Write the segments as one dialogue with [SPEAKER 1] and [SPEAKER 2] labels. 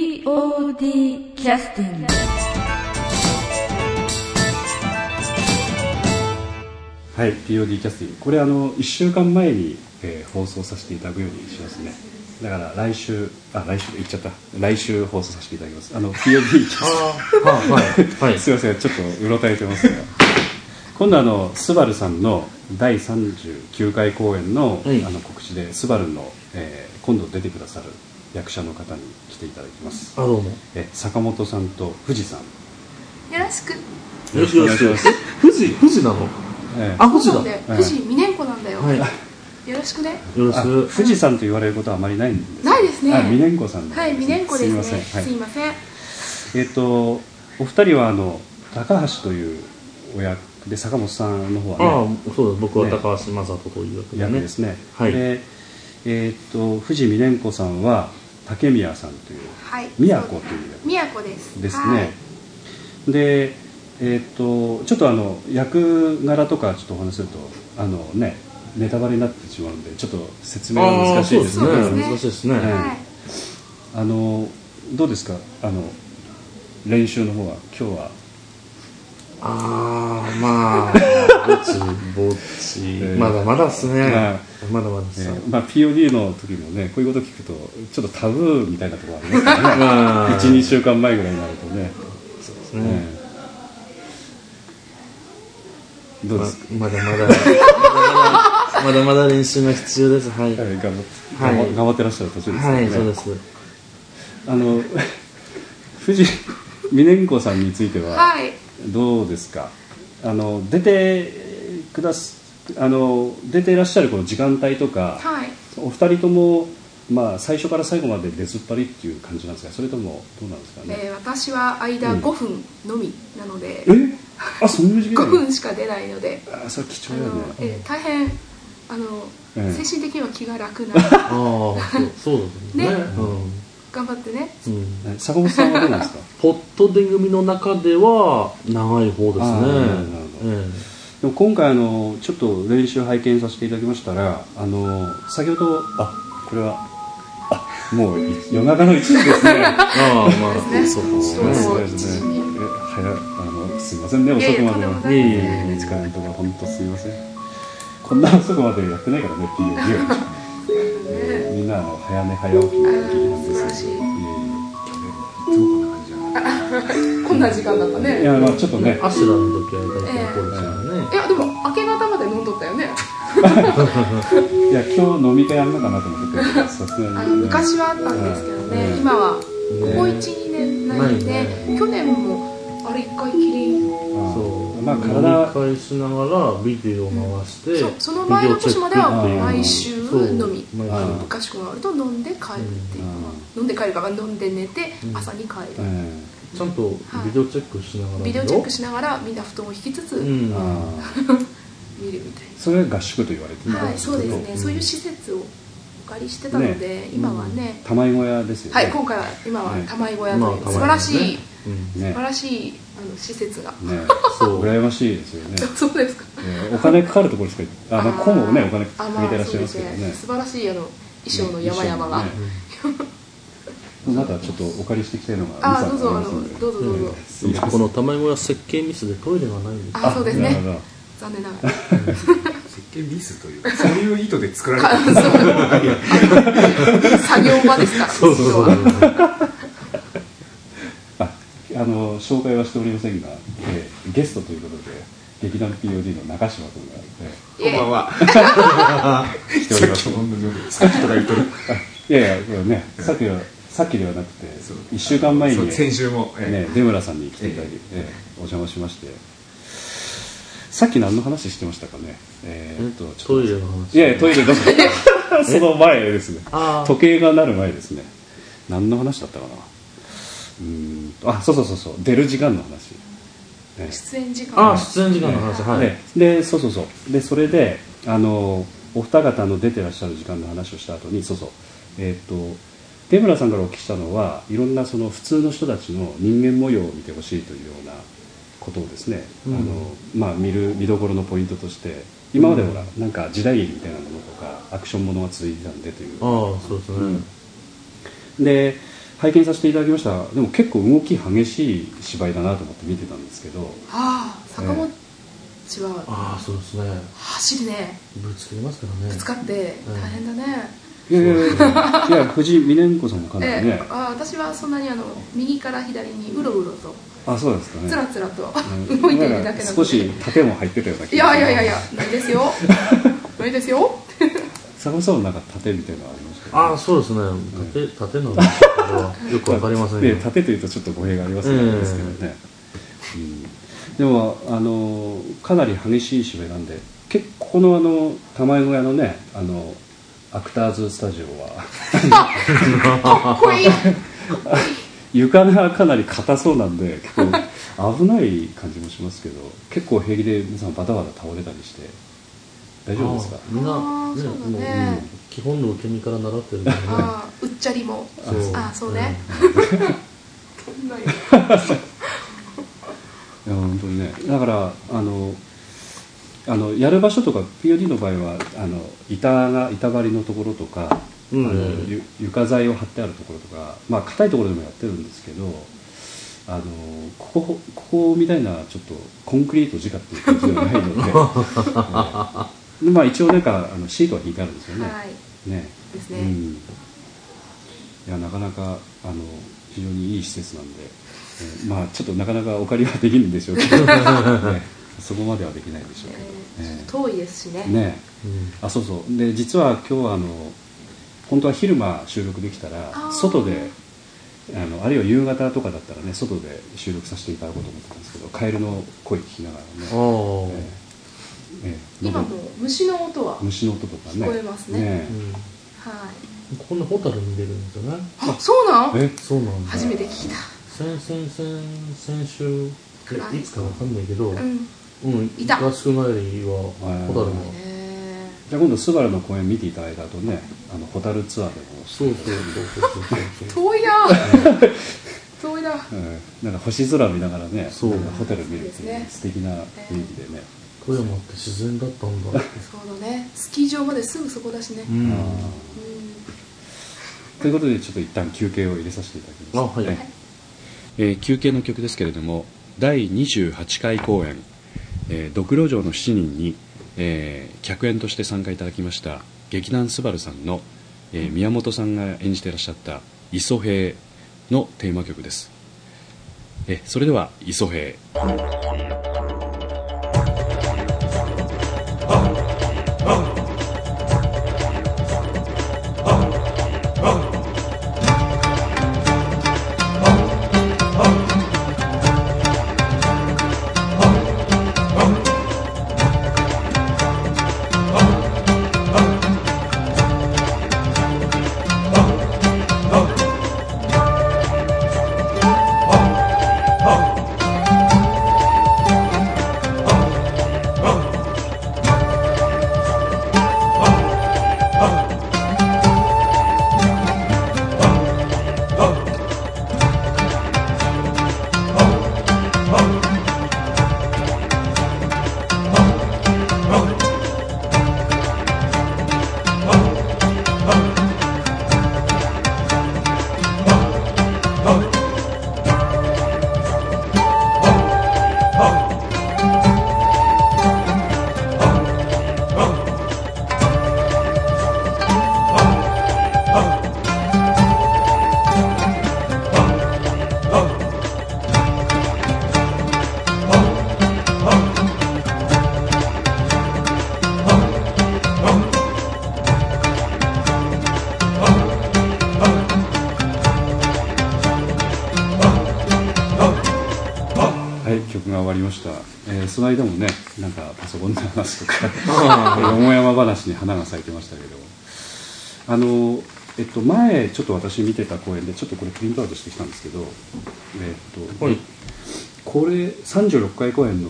[SPEAKER 1] POD キャスティング
[SPEAKER 2] はい、POD キャスティングこれあの1週間前に、えー放送させていただくようにしますねだから来週あ来週言っちゃった来週放送させていただきますあの POD キャスティング
[SPEAKER 3] はい。はい。
[SPEAKER 2] すいませんちょっとうろたえてますが今度あのスバルさんの第39回公演の,、
[SPEAKER 3] はい
[SPEAKER 2] あの告知でスバルの、えー今度出てくださる役者の方に来ていただきます
[SPEAKER 3] あ、どうも。
[SPEAKER 2] え坂本さんと富士さん
[SPEAKER 4] よろしく。
[SPEAKER 2] よろしくお願いします
[SPEAKER 3] え富士、富士なの
[SPEAKER 2] えー
[SPEAKER 3] あ、富士だ。
[SPEAKER 4] なん
[SPEAKER 3] は
[SPEAKER 4] で
[SPEAKER 3] い。
[SPEAKER 4] 富士未年子なんだよ。
[SPEAKER 3] よ
[SPEAKER 4] よろしくね。
[SPEAKER 3] ろし
[SPEAKER 2] あ
[SPEAKER 3] く。
[SPEAKER 2] 富士山と言われることはあまりないんです
[SPEAKER 4] ないですね
[SPEAKER 2] あ美年子さん
[SPEAKER 4] はい、未年子ですね。
[SPEAKER 2] すいません、はい
[SPEAKER 4] すいません。
[SPEAKER 2] えっ、とお二人はあの高橋というお役で坂本さんの方は
[SPEAKER 3] あ
[SPEAKER 2] ね
[SPEAKER 3] あ、そうだ。僕は
[SPEAKER 2] ね
[SPEAKER 3] 高橋正人という役で
[SPEAKER 2] 役
[SPEAKER 3] ね
[SPEAKER 2] で。すね
[SPEAKER 3] はい
[SPEAKER 2] でえっ、と藤美蓮子さんは竹宮さんという
[SPEAKER 4] はい。
[SPEAKER 2] 宮子という役
[SPEAKER 4] 宮子です。
[SPEAKER 2] です
[SPEAKER 4] は
[SPEAKER 2] ね
[SPEAKER 4] い
[SPEAKER 2] でえっ、とちょっとあの役柄とかちょっとお話しするとあのねネタバレになってしまうのでちょっと説明が
[SPEAKER 3] ああ、
[SPEAKER 2] 難し
[SPEAKER 3] そ
[SPEAKER 2] いうで
[SPEAKER 3] ですす
[SPEAKER 2] け
[SPEAKER 3] ね
[SPEAKER 2] ど。
[SPEAKER 4] そうですね
[SPEAKER 3] 難しいですね。
[SPEAKER 2] はい
[SPEAKER 4] はい。
[SPEAKER 2] あのどうですかあの練習の方は今日は、
[SPEAKER 3] ああ、 まあ、ぼちぼち
[SPEAKER 2] えー。
[SPEAKER 3] まだまだです
[SPEAKER 2] ま
[SPEAKER 3] ね
[SPEAKER 2] あ。
[SPEAKER 3] まだまだで
[SPEAKER 2] え
[SPEAKER 3] す。
[SPEAKER 2] ーまあ、POD の時もねこういうこと聞くとちょっとタブーみたいなところありますからね
[SPEAKER 3] まあ、
[SPEAKER 2] 12週間前ぐらいになるとね、
[SPEAKER 3] そうです
[SPEAKER 2] え
[SPEAKER 3] ね。
[SPEAKER 2] ーどうですか、
[SPEAKER 3] ままだまだ、 まだまだ練習が必要です。はい。
[SPEAKER 2] えー頑張っ
[SPEAKER 3] はい
[SPEAKER 2] 頑張頑張ってらっしゃる途中ですよね、
[SPEAKER 3] はい、そうです。
[SPEAKER 2] あの藤美年子さんについては
[SPEAKER 4] はい。
[SPEAKER 2] どうですかあの出てくだすあの出てらっしゃるこの時間帯とか、
[SPEAKER 4] はい。
[SPEAKER 2] お二人とも、まあ、最初から最後まで出ずっぱりっていう感じなんですかそれともどうなんですかね
[SPEAKER 4] えー私は間
[SPEAKER 2] うん
[SPEAKER 4] 5分のみなので、
[SPEAKER 2] えあそんな短い
[SPEAKER 4] 5
[SPEAKER 2] の
[SPEAKER 4] 分しか出ないので、
[SPEAKER 2] あそれ貴
[SPEAKER 4] あ
[SPEAKER 2] 重や
[SPEAKER 4] の、
[SPEAKER 2] ね
[SPEAKER 4] えー大変、あの、
[SPEAKER 2] うん
[SPEAKER 4] 精神的には気が楽な。
[SPEAKER 3] ああ、そうそうだね。
[SPEAKER 4] ね
[SPEAKER 3] うん
[SPEAKER 4] 頑張ってね。
[SPEAKER 3] うん。
[SPEAKER 2] ね坂本さんはどうなん ですか
[SPEAKER 3] ポットで組の中では長い方で
[SPEAKER 2] あー
[SPEAKER 3] すね。え
[SPEAKER 2] でも今回あのちょっと練習拝見させていただきましたらあの先ほどあこれはあもうい夜中の1時ですね
[SPEAKER 3] えああ、まあ、そう
[SPEAKER 4] そ
[SPEAKER 3] か
[SPEAKER 4] う
[SPEAKER 3] も
[SPEAKER 4] そ
[SPEAKER 3] ね。
[SPEAKER 4] う
[SPEAKER 2] そうですねえ早いあのすいませんね
[SPEAKER 4] いや
[SPEAKER 2] 遅
[SPEAKER 4] い
[SPEAKER 2] くま
[SPEAKER 4] やとんでも
[SPEAKER 2] で
[SPEAKER 4] ない
[SPEAKER 3] いえいえ
[SPEAKER 2] お時間とか本当すいませんこんな遅くまでやってないからねっていう理由 えーみんなあの早寝早起きができるんです
[SPEAKER 4] あー素晴らしい
[SPEAKER 2] いえい
[SPEAKER 4] こんな時間だった
[SPEAKER 2] えい
[SPEAKER 4] ね。
[SPEAKER 2] やまあちょっとね
[SPEAKER 3] アシュラの時は大体こうですからね
[SPEAKER 4] い。や、でも明け方まで飲んどったよね。
[SPEAKER 2] いや今日飲み会やるのかなと思ってたけどさすが
[SPEAKER 4] あ
[SPEAKER 2] に
[SPEAKER 4] の昔はあったんですけどね、
[SPEAKER 2] うん
[SPEAKER 4] 今はここ
[SPEAKER 2] ね
[SPEAKER 4] 12年ないんで、
[SPEAKER 3] ないね
[SPEAKER 4] 去年もあれ1回きり
[SPEAKER 2] あ
[SPEAKER 3] そう。
[SPEAKER 2] まあ
[SPEAKER 3] 飲み
[SPEAKER 2] 体
[SPEAKER 3] 会しながらビデオ回して、
[SPEAKER 4] そその前の年までは
[SPEAKER 3] ビデオチェックっていうそ
[SPEAKER 4] 毎週
[SPEAKER 3] う
[SPEAKER 4] 飲み
[SPEAKER 3] 毎週
[SPEAKER 2] あ
[SPEAKER 4] 合宿があると飲んで帰るっていう、飲んで帰るから飲んで寝て朝に帰
[SPEAKER 2] う
[SPEAKER 4] る、
[SPEAKER 2] ん
[SPEAKER 3] ちゃんとビデオチェックしながら。
[SPEAKER 4] ビデオチェックしながらみんな布団を引きつつ
[SPEAKER 3] う
[SPEAKER 4] 見
[SPEAKER 3] ん。
[SPEAKER 2] あー
[SPEAKER 4] るみたい
[SPEAKER 2] それが合宿と言われて
[SPEAKER 4] な、はいそうですね、
[SPEAKER 3] うん
[SPEAKER 4] そういう施設をお借りしてたので、
[SPEAKER 2] ね
[SPEAKER 4] 今はね、
[SPEAKER 2] 玉井小屋ですよね
[SPEAKER 4] はい今回は今は玉井小屋という素晴らしい、
[SPEAKER 3] うん。
[SPEAKER 4] 素
[SPEAKER 2] ね
[SPEAKER 4] 晴らしいあの施設が、
[SPEAKER 2] ね
[SPEAKER 3] そう。
[SPEAKER 2] 羨ましいですよね
[SPEAKER 4] そうですか
[SPEAKER 2] えーお金かかるところしかあまあ今もねお金かけてらっしゃいますけど
[SPEAKER 4] あまあそうで
[SPEAKER 2] ね
[SPEAKER 4] 素晴らしいあの衣装の山々が、
[SPEAKER 2] ねまだちょっとお借りしてきたいのが
[SPEAKER 4] ああど
[SPEAKER 2] 二
[SPEAKER 4] うぞ
[SPEAKER 2] 冊
[SPEAKER 4] あ
[SPEAKER 2] りますので
[SPEAKER 4] のどうぞどうぞ、
[SPEAKER 2] すいません
[SPEAKER 3] この玉井小屋設計ミスでトイレがないんです
[SPEAKER 4] あそうですね
[SPEAKER 2] なるほど
[SPEAKER 4] 残念ながら
[SPEAKER 5] 設計ミスというかそういう意図で作られた
[SPEAKER 4] そう作業場です から
[SPEAKER 3] そうそうそう。
[SPEAKER 4] 今日は
[SPEAKER 2] ああの紹介はしておりませんが、えーゲストということで劇団 POD の中島君が、え
[SPEAKER 5] こんばん は
[SPEAKER 2] ー来てお
[SPEAKER 5] さ
[SPEAKER 2] り
[SPEAKER 5] っ
[SPEAKER 2] ま
[SPEAKER 5] き
[SPEAKER 2] す
[SPEAKER 5] も同じことさっきとか言っとる
[SPEAKER 2] いやいやこれねさっきはさっきではなくて
[SPEAKER 5] そう
[SPEAKER 2] 1週間前
[SPEAKER 5] そう
[SPEAKER 2] に、
[SPEAKER 5] 先週も、え
[SPEAKER 2] ね、出村さんに来ていただき、えーお邪魔しましてさっき何の話してましたかねえーっと ちょ
[SPEAKER 3] ト
[SPEAKER 2] っ
[SPEAKER 3] イレ
[SPEAKER 2] と
[SPEAKER 3] の話。
[SPEAKER 2] いやいやトイレ どこその前ですね
[SPEAKER 3] あー
[SPEAKER 2] 時計が鳴る前ですね何の話だったかなうーんとあそうそうそうそう出る時間の話、ね
[SPEAKER 4] 出演時間
[SPEAKER 3] あ、出演時間の話、はい。
[SPEAKER 2] ねでそうそうそうでそれであのお二方の出てらっしゃる時間の話をした後にそうそうえーっと出村さんからお聞きしたのはいろんなその普通の人たちの人間模様を見てほしいというようなことをですね、
[SPEAKER 3] うん
[SPEAKER 2] あのまあ、見る見どころのポイントとして今までほら、なんか時代劇みたいなものとかアクションものが続いてたんでという
[SPEAKER 3] ああ、そうですね。
[SPEAKER 2] で拝見させていただきましたでも結構動き激しい芝居だなと思って見てたんですけど
[SPEAKER 4] ああ坂本は
[SPEAKER 3] ああそうですね
[SPEAKER 4] 走るね
[SPEAKER 3] ぶつけますからね
[SPEAKER 4] ぶつかって
[SPEAKER 3] うん
[SPEAKER 4] 大変だね、
[SPEAKER 2] いやいやいやいや藤井美蓮子さんもかな
[SPEAKER 4] え
[SPEAKER 2] り
[SPEAKER 4] え
[SPEAKER 2] ね
[SPEAKER 4] あ私はそんなにあの右から左にうろうろと
[SPEAKER 2] あそうなんですかね
[SPEAKER 4] つらつらと
[SPEAKER 2] うん
[SPEAKER 4] 動いているだ
[SPEAKER 2] なん
[SPEAKER 4] けなの
[SPEAKER 2] か
[SPEAKER 4] で
[SPEAKER 2] 少し盾も入ってたような気
[SPEAKER 4] い
[SPEAKER 2] が
[SPEAKER 4] やいやいやいやないで すよないですよ
[SPEAKER 2] 坂本さんもなんか盾みたいなのありました
[SPEAKER 3] ああそうですね縦縦の話だからよくわかりません
[SPEAKER 2] ね
[SPEAKER 3] よ
[SPEAKER 2] 盾というとちょっと語弊がありますけど
[SPEAKER 3] うん
[SPEAKER 2] ね、うんでもあのかなり激しい芝居なんで結構このあの玉井小屋のねあのアクターズスタジオは
[SPEAKER 4] かっこいい
[SPEAKER 2] 床がかなり硬そうなんで結構危ない感じもしますけど結構平気で皆さんバタバタ倒れたりして大丈夫ですか
[SPEAKER 3] ああみん
[SPEAKER 4] あー
[SPEAKER 3] な
[SPEAKER 4] そうだ
[SPEAKER 3] もう
[SPEAKER 4] ね
[SPEAKER 3] うん基本の受け身から習ってるからね
[SPEAKER 4] ああうっちゃりもあそうね、そんなよ
[SPEAKER 2] いや本当にねだからあのあのやる場所とか POD の場合はあの板が板張りのところとか、
[SPEAKER 3] うん
[SPEAKER 2] あのゆ床材を張ってあるところとかまあ硬いところでもやってるんですけどあのここここみたいなちょっとコンクリート直っていう感じではない ので,ええ、でまあ一応なんかあのシートは引いてあるんですよね。
[SPEAKER 4] はい
[SPEAKER 2] ね
[SPEAKER 4] ですね
[SPEAKER 2] うん、いやなかなかあの非常にいい施設なんで、えーまあちょっとなかなかお借りはできるんでしょうけど、 ねそこまではできないでしょうけど、
[SPEAKER 4] えー
[SPEAKER 2] えー
[SPEAKER 4] 遠いですしね
[SPEAKER 2] ね
[SPEAKER 3] うん
[SPEAKER 2] あそうそうで実は今日はあの本当は昼間収録できた
[SPEAKER 4] あ
[SPEAKER 2] ら
[SPEAKER 4] ー
[SPEAKER 2] 外であのあるいは夕方とかだったらね外で収録させていただこうと思ってたんですけどカエルの声聞きなが
[SPEAKER 3] あ
[SPEAKER 2] らね、え
[SPEAKER 3] ー
[SPEAKER 2] ーえー
[SPEAKER 4] 今も
[SPEAKER 2] 喉
[SPEAKER 4] 虫の音は
[SPEAKER 2] 虫の音とかね
[SPEAKER 4] 聞こえますね
[SPEAKER 2] ね
[SPEAKER 3] うん
[SPEAKER 4] はい
[SPEAKER 3] こんなホタル見れるんですよね
[SPEAKER 4] あそうなん
[SPEAKER 2] え
[SPEAKER 3] そうなんだ
[SPEAKER 4] 初めて聞い
[SPEAKER 3] 先先先先週
[SPEAKER 4] 暗
[SPEAKER 3] え
[SPEAKER 4] い
[SPEAKER 3] いつかわかんないけど、う、
[SPEAKER 4] たうんんい
[SPEAKER 3] い
[SPEAKER 4] た
[SPEAKER 3] た合宿帰りは
[SPEAKER 2] はい
[SPEAKER 3] ホタルも
[SPEAKER 4] え
[SPEAKER 2] じゃあ今度スバルの公演見ていただいた後ねあのホタルツアーでも
[SPEAKER 3] そうそうそうそう
[SPEAKER 4] ー
[SPEAKER 3] そう
[SPEAKER 4] 遠いな遠いな
[SPEAKER 2] うんなんか星空見ながらね
[SPEAKER 3] そう
[SPEAKER 2] なんかホタル見るっていう素敵な雰囲気でね、
[SPEAKER 3] 富山って自然だったんだ
[SPEAKER 4] そうだねスキー場まですぐそこだしね
[SPEAKER 3] う
[SPEAKER 4] うん
[SPEAKER 3] ん
[SPEAKER 2] あーということでちょっと一旦休憩を入れさせていただきます
[SPEAKER 3] あはい
[SPEAKER 2] ねえー休憩の曲ですけれども第28回公演「えードクロ城の7人に」えー客演として参加いただきました劇団スバルさんの、えー宮本さんが演じていらっしゃった「磯兵」のテーマ曲ですえそれでは「磯兵」はい、曲が終わりました、えーその間もねなんかパソコンの話とか えー桃山話に花が咲いてましたけどあのえっと前ちょっと私見てた公演でちょっとこれプリントアウトしてきたんですけどえっと、
[SPEAKER 3] はい
[SPEAKER 2] これ36回公演の、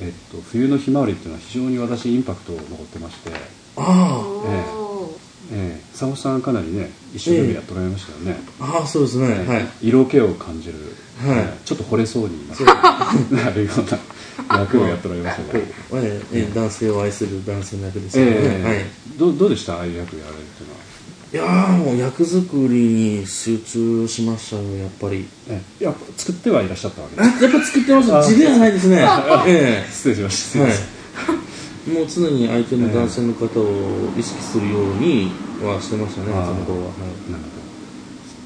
[SPEAKER 2] えっと「冬のひまわり」っていうのは非常に私インパクトを残ってまして、
[SPEAKER 4] お
[SPEAKER 3] あ
[SPEAKER 4] お
[SPEAKER 2] えー、佐野さんかなりね一生懸命やっておられましたよね、
[SPEAKER 3] あああそうですねはい
[SPEAKER 2] 色気を感じる、
[SPEAKER 3] はい
[SPEAKER 2] ちょっと惚れそう にな
[SPEAKER 3] そう
[SPEAKER 2] るような役をやっておられましたけど、
[SPEAKER 3] ええええ男性を愛する男性の役ですよね、
[SPEAKER 2] ええ
[SPEAKER 3] はい
[SPEAKER 2] どうどうでしたああいう役やられるっていうのは
[SPEAKER 3] いやーもう役作りに集中しましたよやっぱり
[SPEAKER 2] ええいや作ってはいらっしゃったわけ
[SPEAKER 3] あ
[SPEAKER 2] で
[SPEAKER 3] やっぱ作ってます
[SPEAKER 2] あ
[SPEAKER 3] 地ではないですねえ
[SPEAKER 2] す失礼しまし
[SPEAKER 3] え
[SPEAKER 2] た、
[SPEAKER 3] はいもう常に相手の男性の方を意識するようにはしてましたね
[SPEAKER 2] あー
[SPEAKER 3] そ
[SPEAKER 2] な
[SPEAKER 3] の頃は、はい
[SPEAKER 2] るほ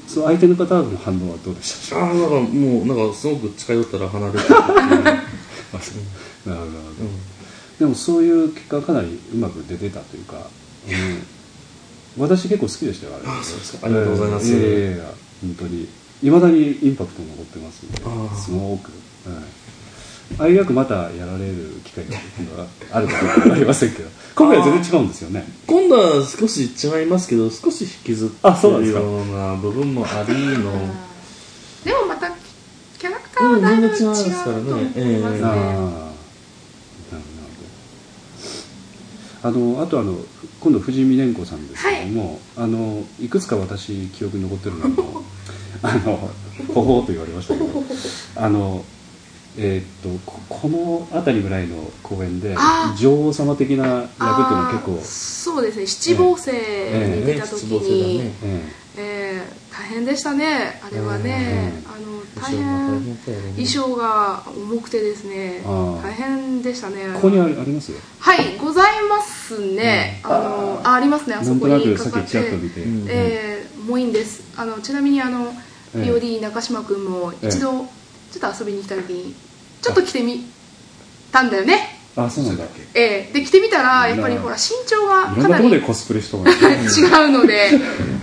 [SPEAKER 2] どそう相手の方の反応はどうでした
[SPEAKER 3] ああなんかもうなんかすごく近寄ったら離れ ていくっていう
[SPEAKER 2] あそうなるほどなるほ
[SPEAKER 3] う
[SPEAKER 2] ど、
[SPEAKER 3] ん
[SPEAKER 2] でもそういう結果かなりうまく出てたというか、うん私結構好きでしたよあれ
[SPEAKER 3] あそうですかありがとうございます
[SPEAKER 2] ええええええ本当にいまだにインパクト残ってますんで
[SPEAKER 3] ああ
[SPEAKER 2] すごく、はい、ああいう役またやられる機会があるかどうかはありませんけど今回は全然違うんですよね
[SPEAKER 3] 今度は少し違いますけど少し引きずって
[SPEAKER 2] あそうなん
[SPEAKER 3] る
[SPEAKER 2] ですか
[SPEAKER 3] ような部分もあり の
[SPEAKER 4] でもまたキャラクターはだいぶ違うと思います
[SPEAKER 3] うん全然違いますから
[SPEAKER 2] あ
[SPEAKER 3] ね
[SPEAKER 2] あなる
[SPEAKER 4] ね
[SPEAKER 2] ほどあのあとあの今度藤井美蓮子さんですけども、あのいくつか私記憶に残ってるのもあのほほうと言われましたけ どあのえーっとここの辺りぐらいの公演で
[SPEAKER 4] あー
[SPEAKER 2] 女王様的な役っていうのは結
[SPEAKER 4] あー
[SPEAKER 2] 構、
[SPEAKER 4] そうですね七房星に出
[SPEAKER 3] ね
[SPEAKER 4] た時
[SPEAKER 3] 失望性だ
[SPEAKER 4] に、
[SPEAKER 3] ね
[SPEAKER 2] え
[SPEAKER 4] えー大変でしたねあれはね、
[SPEAKER 2] う
[SPEAKER 4] あの
[SPEAKER 3] 衣
[SPEAKER 4] 大
[SPEAKER 3] 装も大変
[SPEAKER 4] 変
[SPEAKER 3] だよね
[SPEAKER 4] 衣装が重くてですね
[SPEAKER 2] あー
[SPEAKER 4] 大変でしたね
[SPEAKER 2] えここにありありますよ
[SPEAKER 4] はいございますね、あのあありますねあ
[SPEAKER 2] な
[SPEAKER 4] そ
[SPEAKER 2] んと
[SPEAKER 4] こ
[SPEAKER 2] な
[SPEAKER 4] に
[SPEAKER 2] く
[SPEAKER 4] か
[SPEAKER 2] さっ
[SPEAKER 4] かっ
[SPEAKER 2] きちらってと見て、
[SPEAKER 3] うん
[SPEAKER 4] えー、もういいんですあのちなみにあの
[SPEAKER 2] ええ
[SPEAKER 4] POD 中島君も
[SPEAKER 2] ええ
[SPEAKER 4] 一度ちょっと遊びに来た時にちょっと来てみたんだよね
[SPEAKER 2] あそうなんだい
[SPEAKER 4] ええで来てみたらやっぱり
[SPEAKER 2] いや
[SPEAKER 4] ほら身長が
[SPEAKER 2] ろ
[SPEAKER 4] か
[SPEAKER 2] んな
[SPEAKER 4] な
[SPEAKER 2] ところ
[SPEAKER 4] り
[SPEAKER 2] で
[SPEAKER 4] 違
[SPEAKER 2] コスプレしたもんね
[SPEAKER 4] うので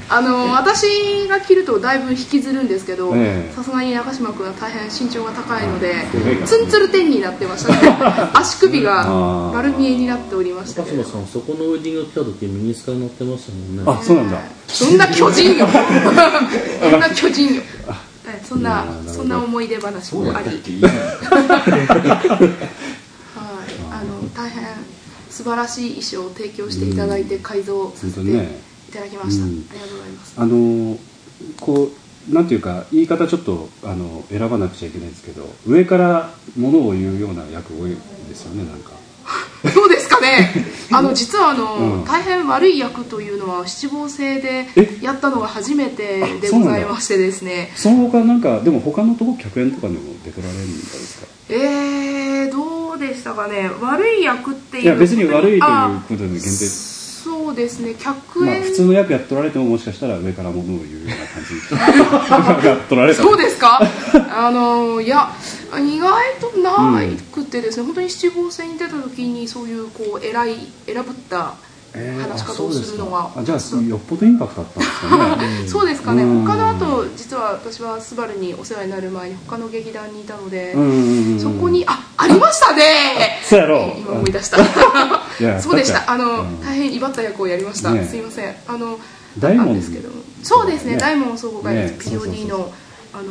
[SPEAKER 4] あの私が着るとだいぶ引きずるんですけど
[SPEAKER 2] ええ
[SPEAKER 4] さすがに中島君は大変身長が高いので
[SPEAKER 2] すごいな
[SPEAKER 4] ツンツル天になってました ね足首が丸見えになっておりました
[SPEAKER 3] 高
[SPEAKER 4] けど
[SPEAKER 3] 島さんそこのウェディング来た時ミニスカに乗ってましたもんね
[SPEAKER 2] あそうなんだ
[SPEAKER 4] そんな巨 人よそんな巨人よはいそん
[SPEAKER 2] いやーなる
[SPEAKER 4] な
[SPEAKER 2] ほど
[SPEAKER 4] そんな思い出話
[SPEAKER 5] そう
[SPEAKER 4] も
[SPEAKER 5] や
[SPEAKER 4] あ
[SPEAKER 5] ったっ
[SPEAKER 4] り
[SPEAKER 5] けいいな
[SPEAKER 4] はい、あの大変素晴らしい衣装を提供していただいて改造させて
[SPEAKER 2] 本当ね
[SPEAKER 4] いただきました、
[SPEAKER 2] うん
[SPEAKER 4] ありがとうございます
[SPEAKER 2] あのーこうなんていうか言い方ちょっとあの選ばなくちゃいけないんですけど上からものを言うような役多いですよねなんか
[SPEAKER 4] どうですか ねあの実はあの、
[SPEAKER 2] うん
[SPEAKER 4] 大変悪い役というのは七房星で
[SPEAKER 2] え
[SPEAKER 4] やったのが初めてで
[SPEAKER 2] あそう
[SPEAKER 4] ご
[SPEAKER 2] なんだ
[SPEAKER 4] ざいましてですね
[SPEAKER 2] その他なんかでも他のとこ客演とかでも出てられるんですか
[SPEAKER 4] えー、どうでしたかね悪い役っていう
[SPEAKER 2] いや別に悪いという
[SPEAKER 4] あ
[SPEAKER 2] ことで限定
[SPEAKER 4] そうですね客
[SPEAKER 2] まあ
[SPEAKER 4] 演、
[SPEAKER 2] 普通の役やっとられてももしかしたら上からものを言うような感じが取られた
[SPEAKER 4] そうで すかあのいや意外となくってですね、本当に七号線に出た時にそういうこう偉い選ぶった
[SPEAKER 2] えーあ
[SPEAKER 4] 話し方
[SPEAKER 2] そ
[SPEAKER 4] を
[SPEAKER 2] うです
[SPEAKER 4] るのが、
[SPEAKER 2] かあじゃあよっぽどインパクトあったんですかね
[SPEAKER 4] そうですかね、
[SPEAKER 2] うん
[SPEAKER 4] 他のあと実は私はスバルにお世話になる前に他の劇団にいたので、
[SPEAKER 2] うんうんうん
[SPEAKER 4] そこにあありましたね
[SPEAKER 2] そうやろう
[SPEAKER 4] 今思い出した
[SPEAKER 2] いや
[SPEAKER 4] そうでし
[SPEAKER 2] だった
[SPEAKER 4] あ
[SPEAKER 2] て
[SPEAKER 4] の、
[SPEAKER 2] うん
[SPEAKER 4] 大変威張った役をやりました、
[SPEAKER 2] ね
[SPEAKER 4] すいませんあの
[SPEAKER 2] 大
[SPEAKER 4] な
[SPEAKER 2] 門
[SPEAKER 4] んですけどそうですね
[SPEAKER 2] ね
[SPEAKER 4] 大門総合会
[SPEAKER 2] ね
[SPEAKER 4] 議 POD の、
[SPEAKER 2] そう
[SPEAKER 4] あのね、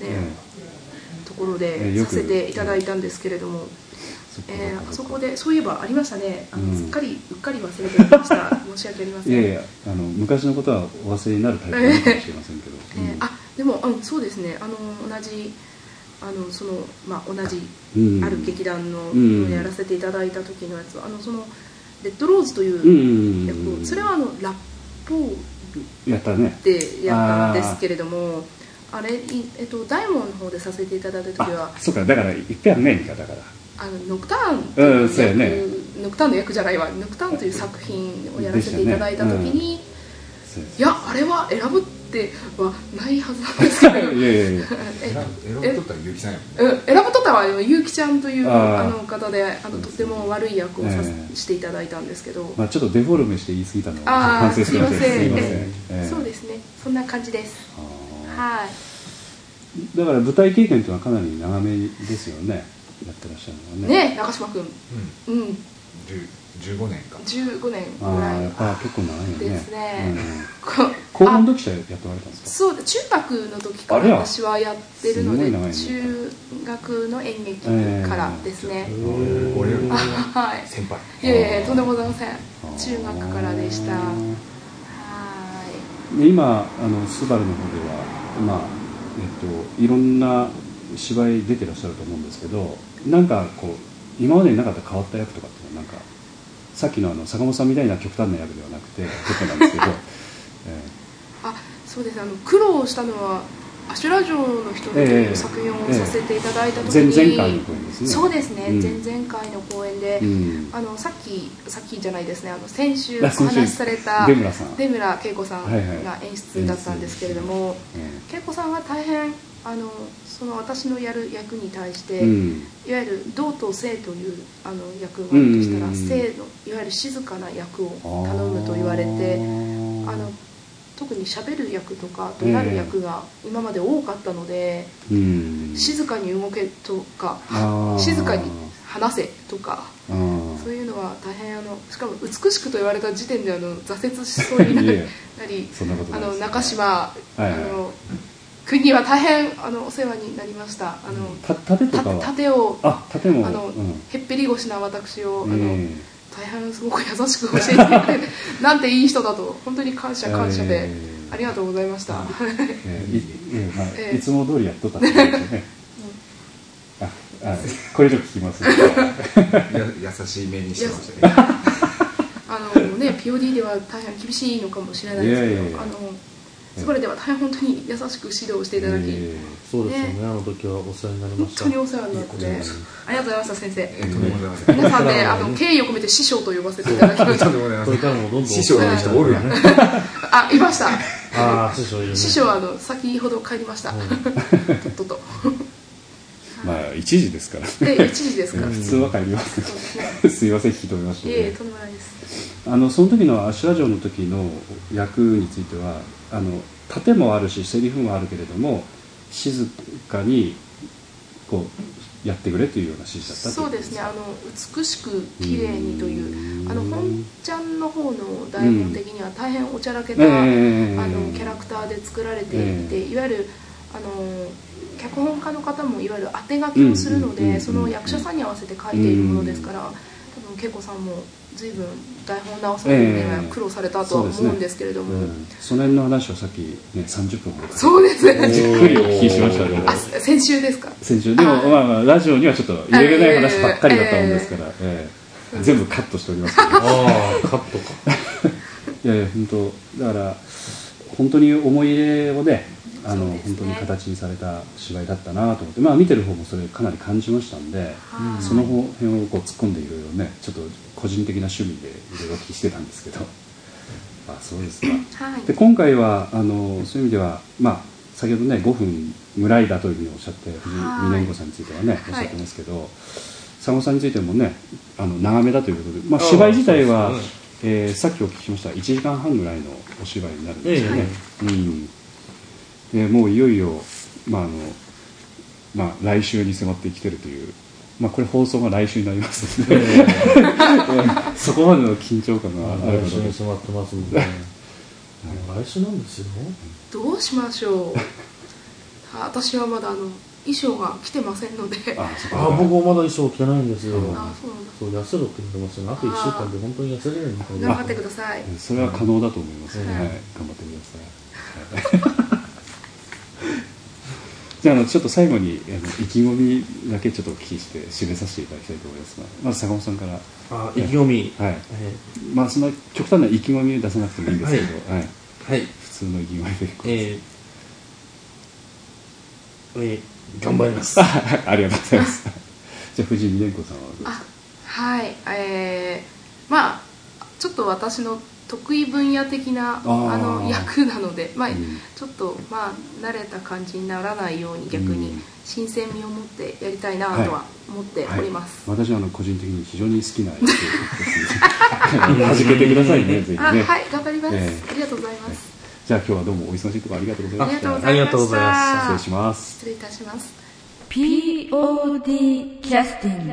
[SPEAKER 2] ええ
[SPEAKER 4] ところ
[SPEAKER 2] え
[SPEAKER 4] で
[SPEAKER 2] ーよ
[SPEAKER 4] さ
[SPEAKER 2] く
[SPEAKER 4] せていただいたんですけれども、
[SPEAKER 2] そっか
[SPEAKER 4] えーあ
[SPEAKER 2] そ
[SPEAKER 4] そ
[SPEAKER 2] っ
[SPEAKER 4] こ
[SPEAKER 2] か
[SPEAKER 4] でそういえばありましたねあの、
[SPEAKER 2] うん
[SPEAKER 4] すっかりうっかり忘れておりました申し訳ありません
[SPEAKER 2] いやいやあの昔のことはお忘れになるタイプなのかもしれませんけど、
[SPEAKER 4] えーあでも、うん、そうですねあの同じあのその、まあ、同じ
[SPEAKER 2] うん
[SPEAKER 4] ある劇団の,、
[SPEAKER 2] うん
[SPEAKER 4] やらせていただいた時のやつはあのその「レッドローズ」といううん役を、それはあのラップを
[SPEAKER 2] やったね
[SPEAKER 4] でやったんですけれどもあれ、いえっと、大門の方でさせていただいた時は
[SPEAKER 2] あそうかだからいっぺんやんないんかだから
[SPEAKER 4] あのノクターンという
[SPEAKER 2] うんそうやね
[SPEAKER 4] 役ノクターンの役じゃないわノクターンという作品をやらせていただいた時
[SPEAKER 2] でした
[SPEAKER 4] に、
[SPEAKER 2] そうです
[SPEAKER 4] いやあれは選ぶってはないはずなんです けど
[SPEAKER 2] いやいやいや
[SPEAKER 4] え
[SPEAKER 5] 選ぶ選ぶとったら結城さんやもんね
[SPEAKER 4] うん選ばとったはゆうきちゃんという
[SPEAKER 2] あ
[SPEAKER 4] あ
[SPEAKER 2] ー
[SPEAKER 4] の方であのとても悪い役をさせ、
[SPEAKER 2] ええ
[SPEAKER 4] していただいたんですけど、
[SPEAKER 2] まあちょっとデフォルメして言い過ぎたのは
[SPEAKER 4] ああ
[SPEAKER 2] 反省
[SPEAKER 4] す
[SPEAKER 2] し
[SPEAKER 4] い
[SPEAKER 2] ま
[SPEAKER 4] ま
[SPEAKER 2] せ
[SPEAKER 4] せ
[SPEAKER 2] ん
[SPEAKER 4] ん
[SPEAKER 2] すいません
[SPEAKER 4] ええ
[SPEAKER 2] ええ
[SPEAKER 4] そうですねそんな感じです
[SPEAKER 2] あ
[SPEAKER 4] はい
[SPEAKER 2] ーだから舞台経験というのはかなり長めですよねやってらっしゃるのはね
[SPEAKER 4] ね中島君
[SPEAKER 5] う
[SPEAKER 4] うん
[SPEAKER 5] ん10 15年か
[SPEAKER 4] 15年
[SPEAKER 2] あ
[SPEAKER 4] ぐら
[SPEAKER 2] ー
[SPEAKER 4] い
[SPEAKER 2] やっぱ結構長いよね
[SPEAKER 4] ですね
[SPEAKER 2] うん
[SPEAKER 4] こ
[SPEAKER 2] 高校
[SPEAKER 4] あ
[SPEAKER 2] の時からやっておられたんですか
[SPEAKER 4] そうだ中学の時か
[SPEAKER 2] あれや
[SPEAKER 4] ら私はやってるの
[SPEAKER 2] すごい
[SPEAKER 4] で
[SPEAKER 2] 長いね
[SPEAKER 4] 中学の演劇
[SPEAKER 2] ええ
[SPEAKER 4] からですね、
[SPEAKER 5] 俺より
[SPEAKER 4] はい
[SPEAKER 5] 先輩
[SPEAKER 4] いやいやとんでもございません
[SPEAKER 2] あー
[SPEAKER 4] 中学からでしたはーい
[SPEAKER 2] で今あのスバルの方ではまあえっといろんな芝居出てらっしゃると思うんですけどなんかこう今までになかった変わった役とかっていうのはなんかさっきのあの坂本さんみたいな極端な役ではなくて結構なんですけど え
[SPEAKER 4] あそうですあの苦労したのはアシュラ城の人と
[SPEAKER 2] え
[SPEAKER 4] い
[SPEAKER 2] え
[SPEAKER 4] う作品をさせていただいた
[SPEAKER 2] え
[SPEAKER 4] 時
[SPEAKER 2] 前前
[SPEAKER 4] に、
[SPEAKER 2] 回の公演ですね
[SPEAKER 4] そうですね、
[SPEAKER 2] うん
[SPEAKER 4] 前々回の公演で、
[SPEAKER 2] うん
[SPEAKER 4] あのさっきさっきじゃないですねあの先週お
[SPEAKER 2] あ先週
[SPEAKER 4] 話しされた
[SPEAKER 2] 出村さん
[SPEAKER 4] 出村恵子さん
[SPEAKER 2] はいはい
[SPEAKER 4] が演出だったんですけれども、
[SPEAKER 2] え
[SPEAKER 4] 恵子さんは大変あのその私のやる役に対して、
[SPEAKER 2] えうん
[SPEAKER 4] いわゆる道と静というあの役があるとした
[SPEAKER 2] う
[SPEAKER 4] ら
[SPEAKER 2] ん
[SPEAKER 4] 静のいわゆる静かな役を
[SPEAKER 2] あー
[SPEAKER 4] 頼むと言われてあの特に喋る役とか怒鳴る役が今まで多かったので、
[SPEAKER 2] うん
[SPEAKER 4] 静かに動けとか
[SPEAKER 2] あー
[SPEAKER 4] 静かに話せとか
[SPEAKER 2] あー
[SPEAKER 4] そういうのは大変あのしかも美しくと言われた時点であの挫折しそうにな
[SPEAKER 2] いえい
[SPEAKER 4] る
[SPEAKER 2] え
[SPEAKER 4] なり
[SPEAKER 2] そんなことな
[SPEAKER 4] あ
[SPEAKER 2] いです
[SPEAKER 4] の中島、
[SPEAKER 2] はいはい
[SPEAKER 4] あの君には大変あのお世話になりましたあの
[SPEAKER 2] た盾と
[SPEAKER 4] た
[SPEAKER 2] かは
[SPEAKER 4] 盾を
[SPEAKER 2] あ盾も
[SPEAKER 4] あの、
[SPEAKER 2] うん
[SPEAKER 4] へっぺり腰な私をあの、
[SPEAKER 2] ええ
[SPEAKER 4] 大変すごく優しく教えてくれてなんていい人だと本当に感謝感謝
[SPEAKER 2] え
[SPEAKER 4] で、
[SPEAKER 2] え
[SPEAKER 4] ありがとうございました、
[SPEAKER 2] えーいえーまあ
[SPEAKER 4] えー
[SPEAKER 2] いつも通りやっとったってことです ね。あ、あ、これ以上聞きます。
[SPEAKER 5] や優しい目にしてましたね
[SPEAKER 4] あのね POD では大変厳しいのかもしれないですけど
[SPEAKER 2] いやいやいや
[SPEAKER 4] あのスバルでは大変本当に優しく指導していただき、
[SPEAKER 2] え
[SPEAKER 3] そうですよね
[SPEAKER 4] ね
[SPEAKER 3] あの時はお世話になりま
[SPEAKER 4] 本
[SPEAKER 3] した
[SPEAKER 4] 当にお世話になってあり
[SPEAKER 3] いいこととで
[SPEAKER 4] が
[SPEAKER 3] す
[SPEAKER 4] うございました先生
[SPEAKER 5] えとんで もございません
[SPEAKER 4] 皆さんであの敬意を込めて師匠と呼ばせていただきまし
[SPEAKER 5] と
[SPEAKER 4] た
[SPEAKER 5] んでもございま
[SPEAKER 3] こ
[SPEAKER 5] せ
[SPEAKER 3] れ
[SPEAKER 5] ん
[SPEAKER 3] からもどんどん
[SPEAKER 5] 師匠
[SPEAKER 4] の
[SPEAKER 5] 人おるやん
[SPEAKER 4] あいました
[SPEAKER 3] ああ師匠いるね
[SPEAKER 4] 師匠はあの先ほど帰りました、 とっとと
[SPEAKER 2] まあ一時ですから。
[SPEAKER 4] で1時ですから、
[SPEAKER 2] 普
[SPEAKER 4] そう
[SPEAKER 2] 通は帰ります
[SPEAKER 4] で。すね
[SPEAKER 2] すいません引き止めました
[SPEAKER 4] い
[SPEAKER 2] ね、
[SPEAKER 4] えいえとんでもないです
[SPEAKER 2] あのその時のアシュラ城の時の役についてはあの盾もあるしセリフもあるけれども静かにこうやってくれというような指示だったって
[SPEAKER 4] そ
[SPEAKER 2] こ
[SPEAKER 4] う
[SPEAKER 2] と
[SPEAKER 4] ですねあの美しく綺麗にといううんあの本ちゃんの方の台本的には大変おちゃらけた、
[SPEAKER 2] ええ
[SPEAKER 4] あのキャラクターで作られていて、
[SPEAKER 2] え
[SPEAKER 4] いわゆるあの脚本家の方もいわゆる当て書きをするので、
[SPEAKER 2] うんうんうん
[SPEAKER 4] その役者さんに合わせて書いているものですから、多分恵子さんも随分台本直すのには
[SPEAKER 2] ええ
[SPEAKER 4] 苦労されたとは思うんですけれども、
[SPEAKER 2] うんその辺の話をさっきね30分ほどかけて
[SPEAKER 4] そうですね
[SPEAKER 2] じっくりお聞きしましたね
[SPEAKER 4] あ先週ですか
[SPEAKER 2] 先週でも
[SPEAKER 4] あ
[SPEAKER 2] まあまあラジオにはちょっと入れれない話ばっかりだったもんですから、ええ全部カットしております けど
[SPEAKER 3] ああカットか
[SPEAKER 2] いやいや本当だから本当に思い入れをねあの
[SPEAKER 4] そうです
[SPEAKER 2] 本
[SPEAKER 4] ね
[SPEAKER 2] 当に形にされた芝居だったなと思って、まあ、見てる方もそれかなり感じましたんで、
[SPEAKER 4] はい
[SPEAKER 2] その辺をこう突っ込んでいろいろねちょっと個人的な趣味でいろいろお聞きしてたんですけどあそうですか
[SPEAKER 4] はい
[SPEAKER 2] で今回はあのそういう意味では、まあ、先ほどね5分ぐらいだというふうにおっしゃって藤井
[SPEAKER 4] はい
[SPEAKER 2] 峰子さんについてはね
[SPEAKER 4] は
[SPEAKER 2] おっしゃ
[SPEAKER 4] い
[SPEAKER 2] ってますけど、佐野さんについてもねあの長めだということで、まあ、芝居自体は、
[SPEAKER 3] そうですね
[SPEAKER 2] えーさっきお聞きしました1時間半ぐらいのお芝居になるんですよね。
[SPEAKER 3] え
[SPEAKER 2] うんでもういよいよ、まああのまあ、来週に迫ってきてるという、まあ、これ放送が来週になりますので、 そこまでの緊張感がある
[SPEAKER 3] 来
[SPEAKER 2] か
[SPEAKER 3] 週
[SPEAKER 2] と
[SPEAKER 3] に迫っ てますもんねもう来週なんですよ
[SPEAKER 4] どうしましょうあ私はまだあの衣装が来てませんのであ
[SPEAKER 2] あそこ
[SPEAKER 3] ああ僕もまだ衣装着てないんですよ
[SPEAKER 4] そうなんだ
[SPEAKER 3] そう痩せろって言ってますよねあと1週間で本当に痩せれるのか
[SPEAKER 4] 頑
[SPEAKER 3] な
[SPEAKER 4] 張ってください
[SPEAKER 2] それは可能だと思います、
[SPEAKER 3] うん
[SPEAKER 2] はい
[SPEAKER 4] はい
[SPEAKER 2] 頑張ってください、じゃああのちょっと最後にあの意気込みだけちょっとお聞きして締めさせていただきたいと思いますがまず坂本さんから、
[SPEAKER 3] あー意気込み
[SPEAKER 2] はい
[SPEAKER 3] え
[SPEAKER 2] まあ、そんな極端な意気込みを出さなくてもいいんですけど、はい
[SPEAKER 3] ーはい
[SPEAKER 2] 普通の意気込みで結構です
[SPEAKER 3] えーえー頑張ります
[SPEAKER 2] あありがとうございますじゃあ藤井美蓮子さんはどうです
[SPEAKER 4] あ
[SPEAKER 2] か
[SPEAKER 4] はいえー、まあちょっと私の得意分野的なあ
[SPEAKER 2] あー
[SPEAKER 4] の役なので、まあ
[SPEAKER 2] うん
[SPEAKER 4] ちょっと、まあ、慣れた感じにならないように逆
[SPEAKER 2] う
[SPEAKER 4] に
[SPEAKER 2] ん
[SPEAKER 4] 新鮮味を持ってやりたいなとは思っております、
[SPEAKER 2] はい、私はあの個人的に非常に好きな役ですので弾けてくださいねぜひね、
[SPEAKER 4] あはい頑張ります、
[SPEAKER 2] ええ
[SPEAKER 4] ありがとうございます、
[SPEAKER 2] じゃあ今日はどうもお忙しいところありがとうございま
[SPEAKER 4] あり
[SPEAKER 2] し
[SPEAKER 4] がと
[SPEAKER 2] た失
[SPEAKER 3] ありが
[SPEAKER 4] うございました
[SPEAKER 3] とうございます
[SPEAKER 2] 礼します
[SPEAKER 4] 失礼いたします
[SPEAKER 1] POD キャスティング